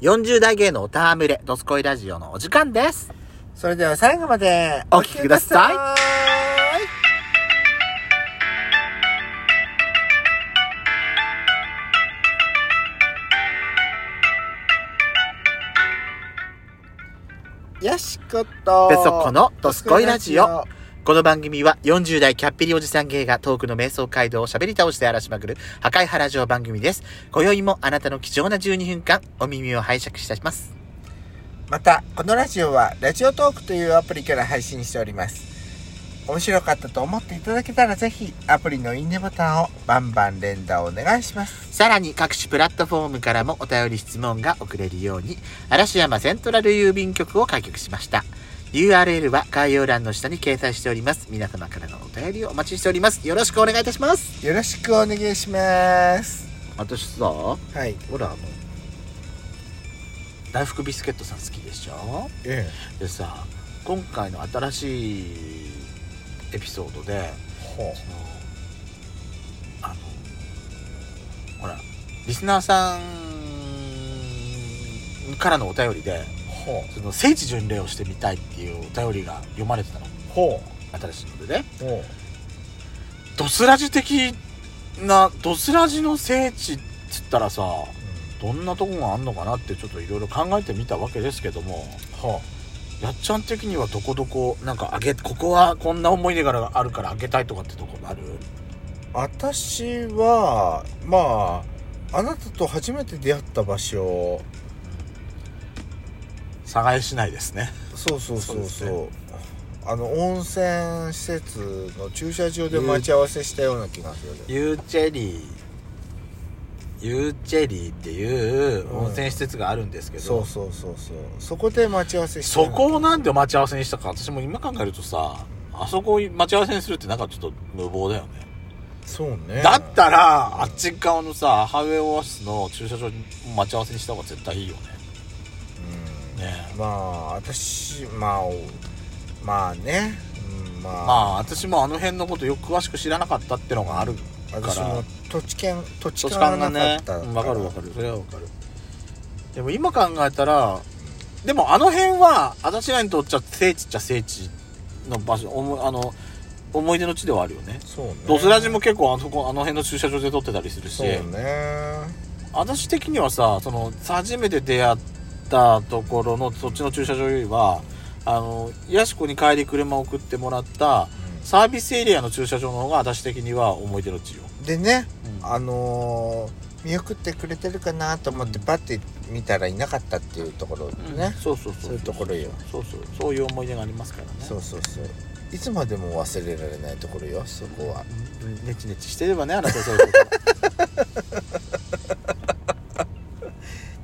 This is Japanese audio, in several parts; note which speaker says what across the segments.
Speaker 1: 40代芸のおたわむれ、ドスコイラジオのお時間です。
Speaker 2: それでは最後まで
Speaker 1: お聞きください
Speaker 2: お聞きくださいよしこと。
Speaker 1: ベソコのドスコイラジオ。この番組は40代キャッピリおじさん芸がトークの瞑想街道を喋り倒して荒らしまくる破壊原城番組です。今宵もあなたの貴重な12分間、お耳を拝借いたします。
Speaker 2: また、このラジオは、ラジオトークというアプリから配信しております。面白かったと思っていただけたら、ぜひ、アプリのいいねボタンをバンバン連打お願いします。
Speaker 1: さらに各種プラットフォームからもお便り質問が送れるように、嵐山セントラル郵便局を開局しました。URL は概要欄の下に掲載しております。皆様からのお便りをお待ちしております。よろしくお願いいたします。
Speaker 2: よろしくお願いします。
Speaker 1: 私さ、ほ
Speaker 2: はい。
Speaker 1: ら、あの、大福ビスケットさん好きでしょ
Speaker 2: え
Speaker 1: でさ、今回の新しいエピソードで、
Speaker 2: え。ほ
Speaker 1: そのあのほらリスナーさんからのお便りで
Speaker 2: う。ほ
Speaker 1: その聖地巡礼をしてみたいっていうお便りが読まれてたの
Speaker 2: う。ほ
Speaker 1: 新しいのでね
Speaker 2: う。ほう。
Speaker 1: ドスラジ的なドスラジの聖地っつったらさどんなとこがあんのかなってちょっといろいろ考えてみたわけですけども
Speaker 2: ほ
Speaker 1: やっちゃん的にはどこどこなんかあげここはこんな思い出があるからあげたいとかってとこある
Speaker 2: う。私は、まあ、あなたと初めて出会った場所、
Speaker 1: 寒河江市内ですね
Speaker 2: そうそうそう
Speaker 1: そ
Speaker 2: そうう。
Speaker 1: です
Speaker 2: あの温泉施設の駐車場で待ち合わせしたような気がする、
Speaker 1: ユーチェリーユーチェリーっていう温泉施設があるんですけど、
Speaker 2: そうそうそうそうそこで待ち合わせして
Speaker 1: そこをなんで待ち合わせにしたか私も今考えるとさあそこを待ち合わせにするってなんかちょっと無謀だよね、
Speaker 2: そうね
Speaker 1: だったらあっち側のさハイウェイオアシスの駐車場に待ち合わせにした方が絶対いいよね
Speaker 2: うん
Speaker 1: ねえ
Speaker 2: まあ私まあおまあね、うん、まあ
Speaker 1: まあ私もあの辺のことよく詳しく知らなかったってのがあるから
Speaker 2: 私も土地権土地
Speaker 1: 土地勘
Speaker 2: 勘
Speaker 1: が
Speaker 2: がなか
Speaker 1: ね
Speaker 2: った
Speaker 1: うんわかるわかるそれはわかるでも今考えたらでもあの辺は私らにとっちゃ聖地っちゃ聖地の場所おもあの思い出の地ではあるよね
Speaker 2: そうね
Speaker 1: ドスラジも結構あそこあの辺の駐車場で撮ってたりするし、
Speaker 2: そうね
Speaker 1: 私的にはさその初めて出会ったところのそっちの駐車場よりはあのヤシコに帰り車を送ってもらったサービスエリアの駐車場の方が私的には思い出の地よ、
Speaker 2: でね
Speaker 1: うん
Speaker 2: あのー見送ってくれてるかなと思ってパッて見たらいなかったっていうところ
Speaker 1: うん
Speaker 2: ね、
Speaker 1: そうそうそう
Speaker 2: そういうところよ
Speaker 1: そうそうそういう思い出がありますからね
Speaker 2: そうそうそういつまでも忘れられないところよそこは
Speaker 1: うんネチネチしてればねあなたそういうこと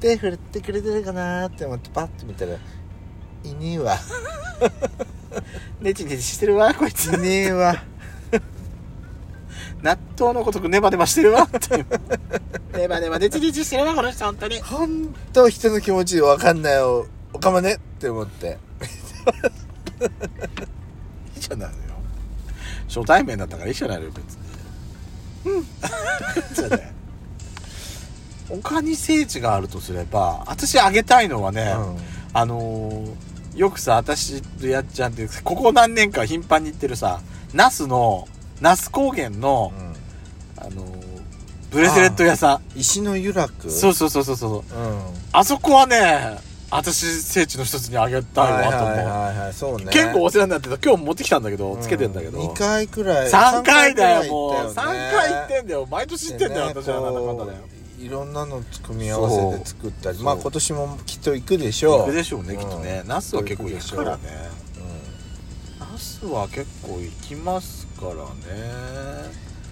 Speaker 2: 手振ってくれてるかなって思ってパッて見たらいねえわ
Speaker 1: ネチネチしてるわこいつ
Speaker 2: いね えわ
Speaker 1: 納豆のごとくネバネバしてるわっていう ネバネバネチネチしてるわこの人本当に
Speaker 2: ほんと人の気持ち分かんないよおかまねって思って
Speaker 1: いいじゃないのよ初対面だったからいいじゃないのよ別に うんじゃね他に聖地があるとすれば私あげたいのはね、あのーよくさ私とやっちゃんってここ何年か頻繁に行ってるさ那須の那須高原の、
Speaker 2: うん
Speaker 1: あのーブレスレット屋さ
Speaker 2: 石の由楽
Speaker 1: んそう
Speaker 2: う、
Speaker 1: そうそうそうそう
Speaker 2: うん、はい
Speaker 1: あそこはね私聖地の一つにあげたいわと思う、
Speaker 2: はいはいはいそうね
Speaker 1: 結構お世話になってた今日持ってきたんだけど、
Speaker 2: うん
Speaker 1: つけてんだけど
Speaker 2: 2回くらい
Speaker 1: 3回だ
Speaker 2: 三
Speaker 1: よもう3回行ってんだよ毎年行ってんだよ、私はなんだかんだだよ
Speaker 2: いろんなの組み合わせで作ったりまあ
Speaker 1: そう
Speaker 2: 今年もきっと行くでしょう
Speaker 1: 行くでしょうね、きっとね
Speaker 2: うん
Speaker 1: 那須は結構行くからね
Speaker 2: うん
Speaker 1: 那須は結構行きますからね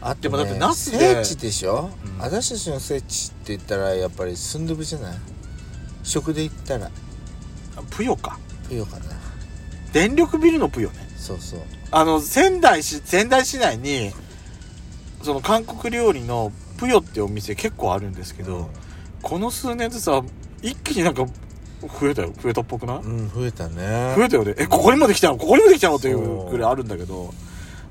Speaker 2: あと
Speaker 1: でもだって
Speaker 2: ね
Speaker 1: 那須で
Speaker 2: 聖地でしょ、
Speaker 1: うん
Speaker 2: 私たちの聖地って言ったらやっぱりスンドゥブじゃない食で言ったら
Speaker 1: ぷよか
Speaker 2: ぷよかな
Speaker 1: 電力ビルのぷよね
Speaker 2: そうそう
Speaker 1: あの仙台市仙台市内にその韓国料理のぷよってお店結構あるんですけど、この数年でさ一気になんか増えたよ増えたっぽくない、
Speaker 2: うん、うん増えたね
Speaker 1: 増えたよねえここにもできたのここにもできたのという
Speaker 2: そう
Speaker 1: くらいあるんだけど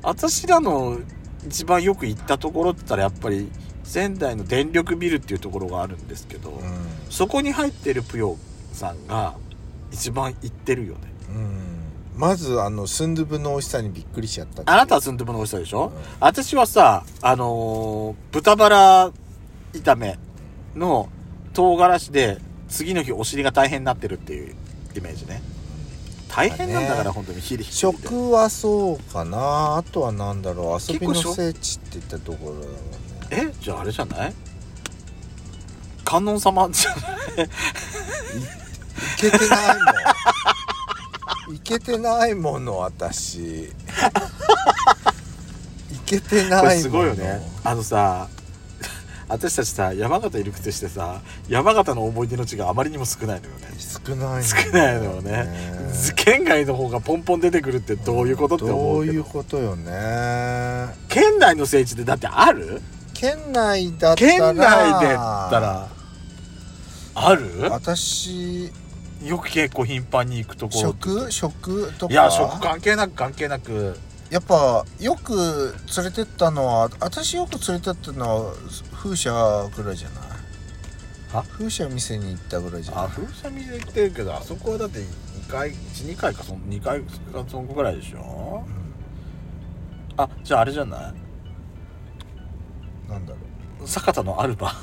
Speaker 1: 私らの一番よく行ったところって言ったらやっぱり仙台の電力ビルっていうところがあるんですけど、
Speaker 2: う
Speaker 1: そこに入ってるぷよさんが一番行ってるよね
Speaker 2: ん、うん、まずあのスンドゥブの美味しさにびっくりしちゃった
Speaker 1: あなたはスンドゥブの美味しさでしょ、
Speaker 2: うん
Speaker 1: 私はさあのー豚バラ炒めの唐辛子で次の日お尻が大変になってるっていうイメージね大変なんだから、
Speaker 2: まあね
Speaker 1: 本当にヒリヒリで
Speaker 2: 食はそうかなあとはなんだろう遊びの
Speaker 1: 結構しょ
Speaker 2: 聖地って言ったところだろうね
Speaker 1: えじゃああれじゃない観音様 じゃない
Speaker 2: いけてないもんいけてないもの私いけてないも
Speaker 1: こ
Speaker 2: の
Speaker 1: れすごいよねあのさ私たちさ山形いるくてしてさ山形の思い出の地があまりにも少ないのよね
Speaker 2: 少ないの
Speaker 1: 少ないのよね県外の方がポンポン出てくるってどういうことって思うけど
Speaker 2: どういうことよね
Speaker 1: 県内の聖地でだってある
Speaker 2: 県内だったら
Speaker 1: 県内でったらある
Speaker 2: 私
Speaker 1: よく結構頻繁に行くところ
Speaker 2: 食食とか
Speaker 1: いや食関係なく関係なく
Speaker 2: やっぱよく連れてったのは私よく連れてったのは風車ぐらいじゃない
Speaker 1: あ
Speaker 2: 風車店に行ったぐらいじゃない
Speaker 1: あ風車見で行ってるけどあそこはだって2回12回かその2回かそのぐらいでしょあじゃああれじゃない
Speaker 2: うんなんだろう
Speaker 1: 酒田のアルバ、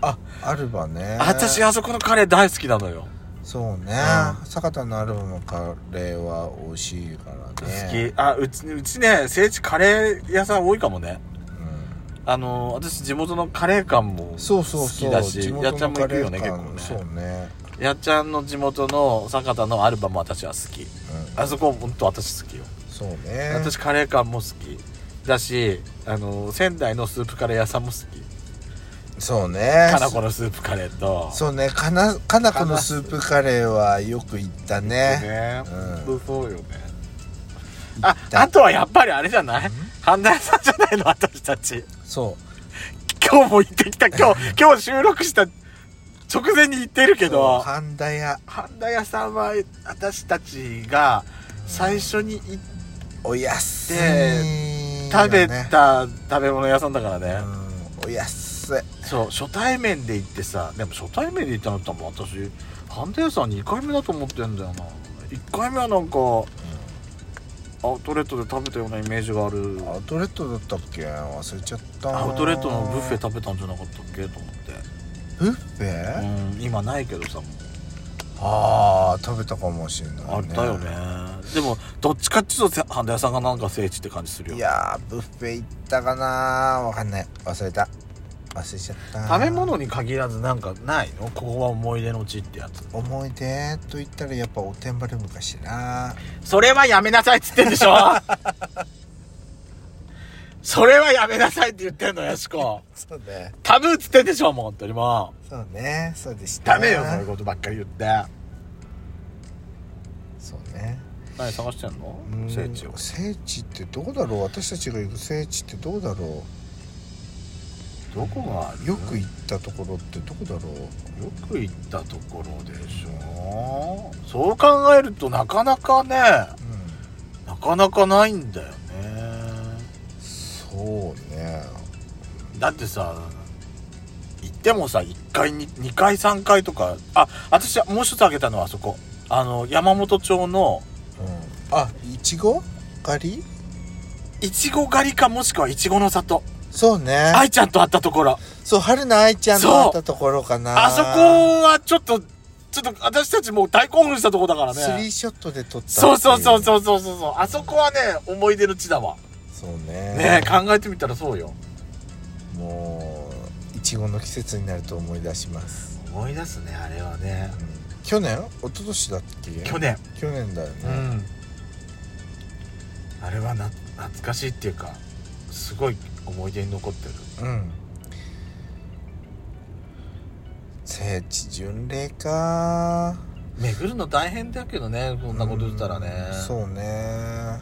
Speaker 2: あアルバね
Speaker 1: 私あそこのカレー大好きなのよ
Speaker 2: そうね、
Speaker 1: う
Speaker 2: 坂田のアルバのカレーは美味しいからね
Speaker 1: 好きあうちうちね聖地カレー屋さん多いかもね
Speaker 2: 好き、
Speaker 1: あの私地元のカレー館も
Speaker 2: うん、そうそうそう
Speaker 1: 好きだし
Speaker 2: 地元
Speaker 1: やっちゃんも行くよね
Speaker 2: のカレー
Speaker 1: 結
Speaker 2: 館
Speaker 1: 構ね
Speaker 2: そうね、
Speaker 1: やっちゃんの地元の酒田のアルバも私は好き
Speaker 2: うん、
Speaker 1: あそこ本当私好きよ、
Speaker 2: そうね
Speaker 1: 私カレー館も好きだしあの仙台のスープカレー屋さんも好き
Speaker 2: そうね
Speaker 1: かなこのスープカレーと
Speaker 2: そうねかなかなこのスープカレーはよく行ったね
Speaker 1: ね
Speaker 2: う
Speaker 1: 本当そうよねあ
Speaker 2: た
Speaker 1: あとはやっぱりあれじゃない半田屋さんじゃないの私たち
Speaker 2: そう
Speaker 1: 今日も行ってきた今日今日収録した直前に行ってるけ
Speaker 2: そう
Speaker 1: ど
Speaker 2: 神田屋
Speaker 1: 半田屋さんは私たちが最初に行っ
Speaker 2: お安い、
Speaker 1: 食べた食べ物屋さんだからね、
Speaker 2: うんお安い
Speaker 1: そう初対面で行ってさでも初対面で行ったの多分私半田屋さん2回目だと思ってんだよな1回目はなんか、アウトレットで食べたようなイメージがある
Speaker 2: アウトレットだったっけ忘れちゃった
Speaker 1: アウトレットのブッフェ食べたんじゃなかったっけと思って
Speaker 2: ブッフェ、
Speaker 1: うん今ないけどさもう
Speaker 2: ああ食べたかもしれない、ね、
Speaker 1: あったよねでもどっちかっちゅうと半田屋さんがなんか聖地って感じするよ
Speaker 2: いやーブッフェ行ったかなわかんない忘れた忘れちゃった
Speaker 1: 食べ物に限らずなんかないのここは思い出の地ってやつ
Speaker 2: 思い出と言ったらやっぱおてんばれ昔な
Speaker 1: それはやめなさいっつってんでし ょそれはやめなさいって言ってんのよしこ
Speaker 2: そうね
Speaker 1: タブーっつってんでしょもう本当にもう
Speaker 2: そうねそうでした
Speaker 1: ダメよそういうことばっかり言って
Speaker 2: そうね
Speaker 1: 何探してんの
Speaker 2: うん
Speaker 1: 聖地を
Speaker 2: 聖地ってどうだろう私たちが行く聖地ってどうだろ
Speaker 1: どこがある
Speaker 2: うよく行ったところってどこだろう
Speaker 1: よく行ったところでしょそう考えるとなかなかね
Speaker 2: うん
Speaker 1: なかなかないんだよね
Speaker 2: そうね
Speaker 1: だってさ行ってもさ1回に2回3回とかあ私もう一つあげたのはあそこあの山本町の
Speaker 2: うんあいちご狩り
Speaker 1: いちご狩りかもしくはいちごの里
Speaker 2: そうね
Speaker 1: 愛ちゃんと会ったところ
Speaker 2: そう春菜愛ちゃんと会ったところかな
Speaker 1: あそこはちょっとちょっと私たちもう大興奮したとこだから
Speaker 2: スリー
Speaker 1: ね
Speaker 2: ショットで撮ったってい
Speaker 1: そうそうそうそうそうそうそうあそこはね思い出の地だわ
Speaker 2: そうね
Speaker 1: ねえ考えてみたらそうよ
Speaker 2: もういちごの季節になると思い出します、
Speaker 1: 思い出すねあれはね
Speaker 2: うん去年一昨年だっけ
Speaker 1: 去年
Speaker 2: 去年だよ
Speaker 1: う
Speaker 2: ね、
Speaker 1: んあれはな懐かしいっていうかすごい思い出に残ってる
Speaker 2: うん聖地巡礼か
Speaker 1: 巡るの大変だけどねこんなこと言ったらね
Speaker 2: うんそうね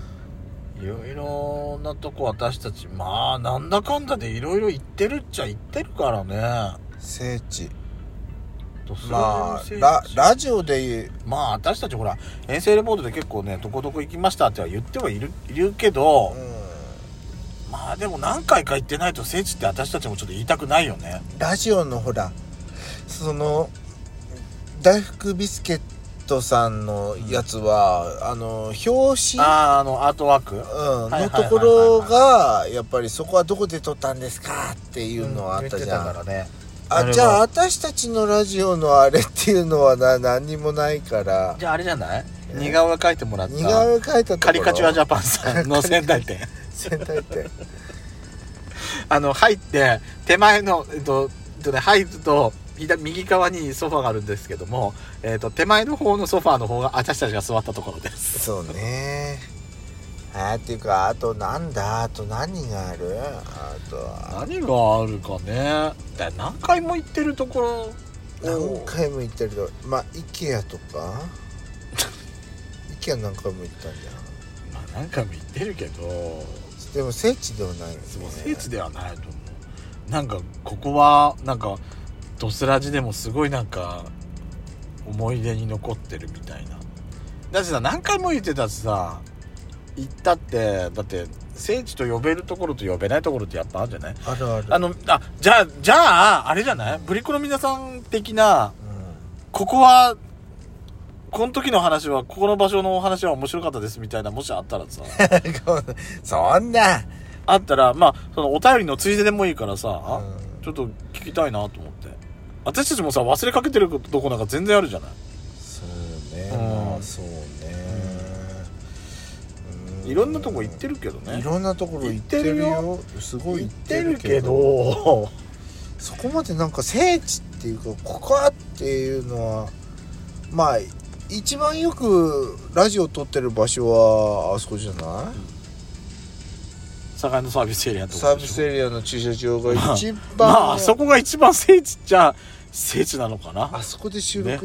Speaker 1: いろいろなとこ私たちまあなんだかんだでいろいろ行ってるっちゃ行ってるからね
Speaker 2: 聖地
Speaker 1: とそれ
Speaker 2: ま
Speaker 1: の
Speaker 2: あ
Speaker 1: せい
Speaker 2: ララジオで言う
Speaker 1: まあ私たちほら遠征レポートで結構ねどこどこ行きましたっては言ってはいるいるけど、
Speaker 2: う
Speaker 1: まあやーでも何回か行ってないと聖地って私たちもちょっと言いたくないよね
Speaker 2: ラジオのほらその大福ビスケットさんのやつは、あの表紙
Speaker 1: あああのアートワーク
Speaker 2: うん
Speaker 1: はいはいはいはい
Speaker 2: のところがやっぱりそこはどこで撮ったんですかっていうのはあったじゃん、
Speaker 1: 言てからねあれ
Speaker 2: あ
Speaker 1: は
Speaker 2: じゃあ私たちのラジオのあれっていうのはな何にもないから
Speaker 1: じゃああれじゃない
Speaker 2: えー
Speaker 1: 似顔絵描いてもらっ
Speaker 2: 似
Speaker 1: た
Speaker 2: 顔絵描いたところ
Speaker 1: カリカチュアジャパンさ んの仙台店
Speaker 2: 仙台店
Speaker 1: あの入って手前のえっと、えっとね、入ると左右側にソファーがあるんですけども、えっと手前の方のソファーの方が私たちが座ったところです
Speaker 2: そうねあーっていうかあとなんだあと何があるあとは
Speaker 1: 何があるかねだ何回も行ってるところ
Speaker 2: 何回も行ってるとまあ IKEA とか IKEA 何回も行ったんじゃ
Speaker 1: まあ
Speaker 2: ん
Speaker 1: 何回も行ってるけど
Speaker 2: でも聖地ではないよね
Speaker 1: そう聖地ではないと思うなんかここはなんかドスラジでもすごいなんか思い出に残ってるみたいなだってさ何回も言ってたしさ行ったってだって聖地と呼べるところと呼べないところってやっぱあるんじゃない
Speaker 2: あるある
Speaker 1: あのあじゃあじゃああれじゃないブリコの皆さん的な
Speaker 2: う
Speaker 1: ここはこの時の話はここの場所のお話は面白かったですみたいなもしあったらさ
Speaker 2: んそんな、
Speaker 1: あったらまあそのお便りのついででもいいからさ、
Speaker 2: うん
Speaker 1: ちょっと聞きたいなと思って私たちもさ忘れかけてるとこなんか全然あるじゃない、
Speaker 2: そうね、
Speaker 1: うん
Speaker 2: まあそうね、う
Speaker 1: いろんなとこ行ってるけどね
Speaker 2: いろんなところ行ってるよすごい行ってるけど
Speaker 1: ど
Speaker 2: そこまでなんか聖地っていうかここはっていうのはまあ一番よくラジオ撮ってる場所はあそこじゃない
Speaker 1: 境のサービスエリアのとこ
Speaker 2: サービス
Speaker 1: エリ
Speaker 2: エリアの駐車場が一番、
Speaker 1: まああそこが一番聖地っちゃ聖地なのかな
Speaker 2: あそこで収録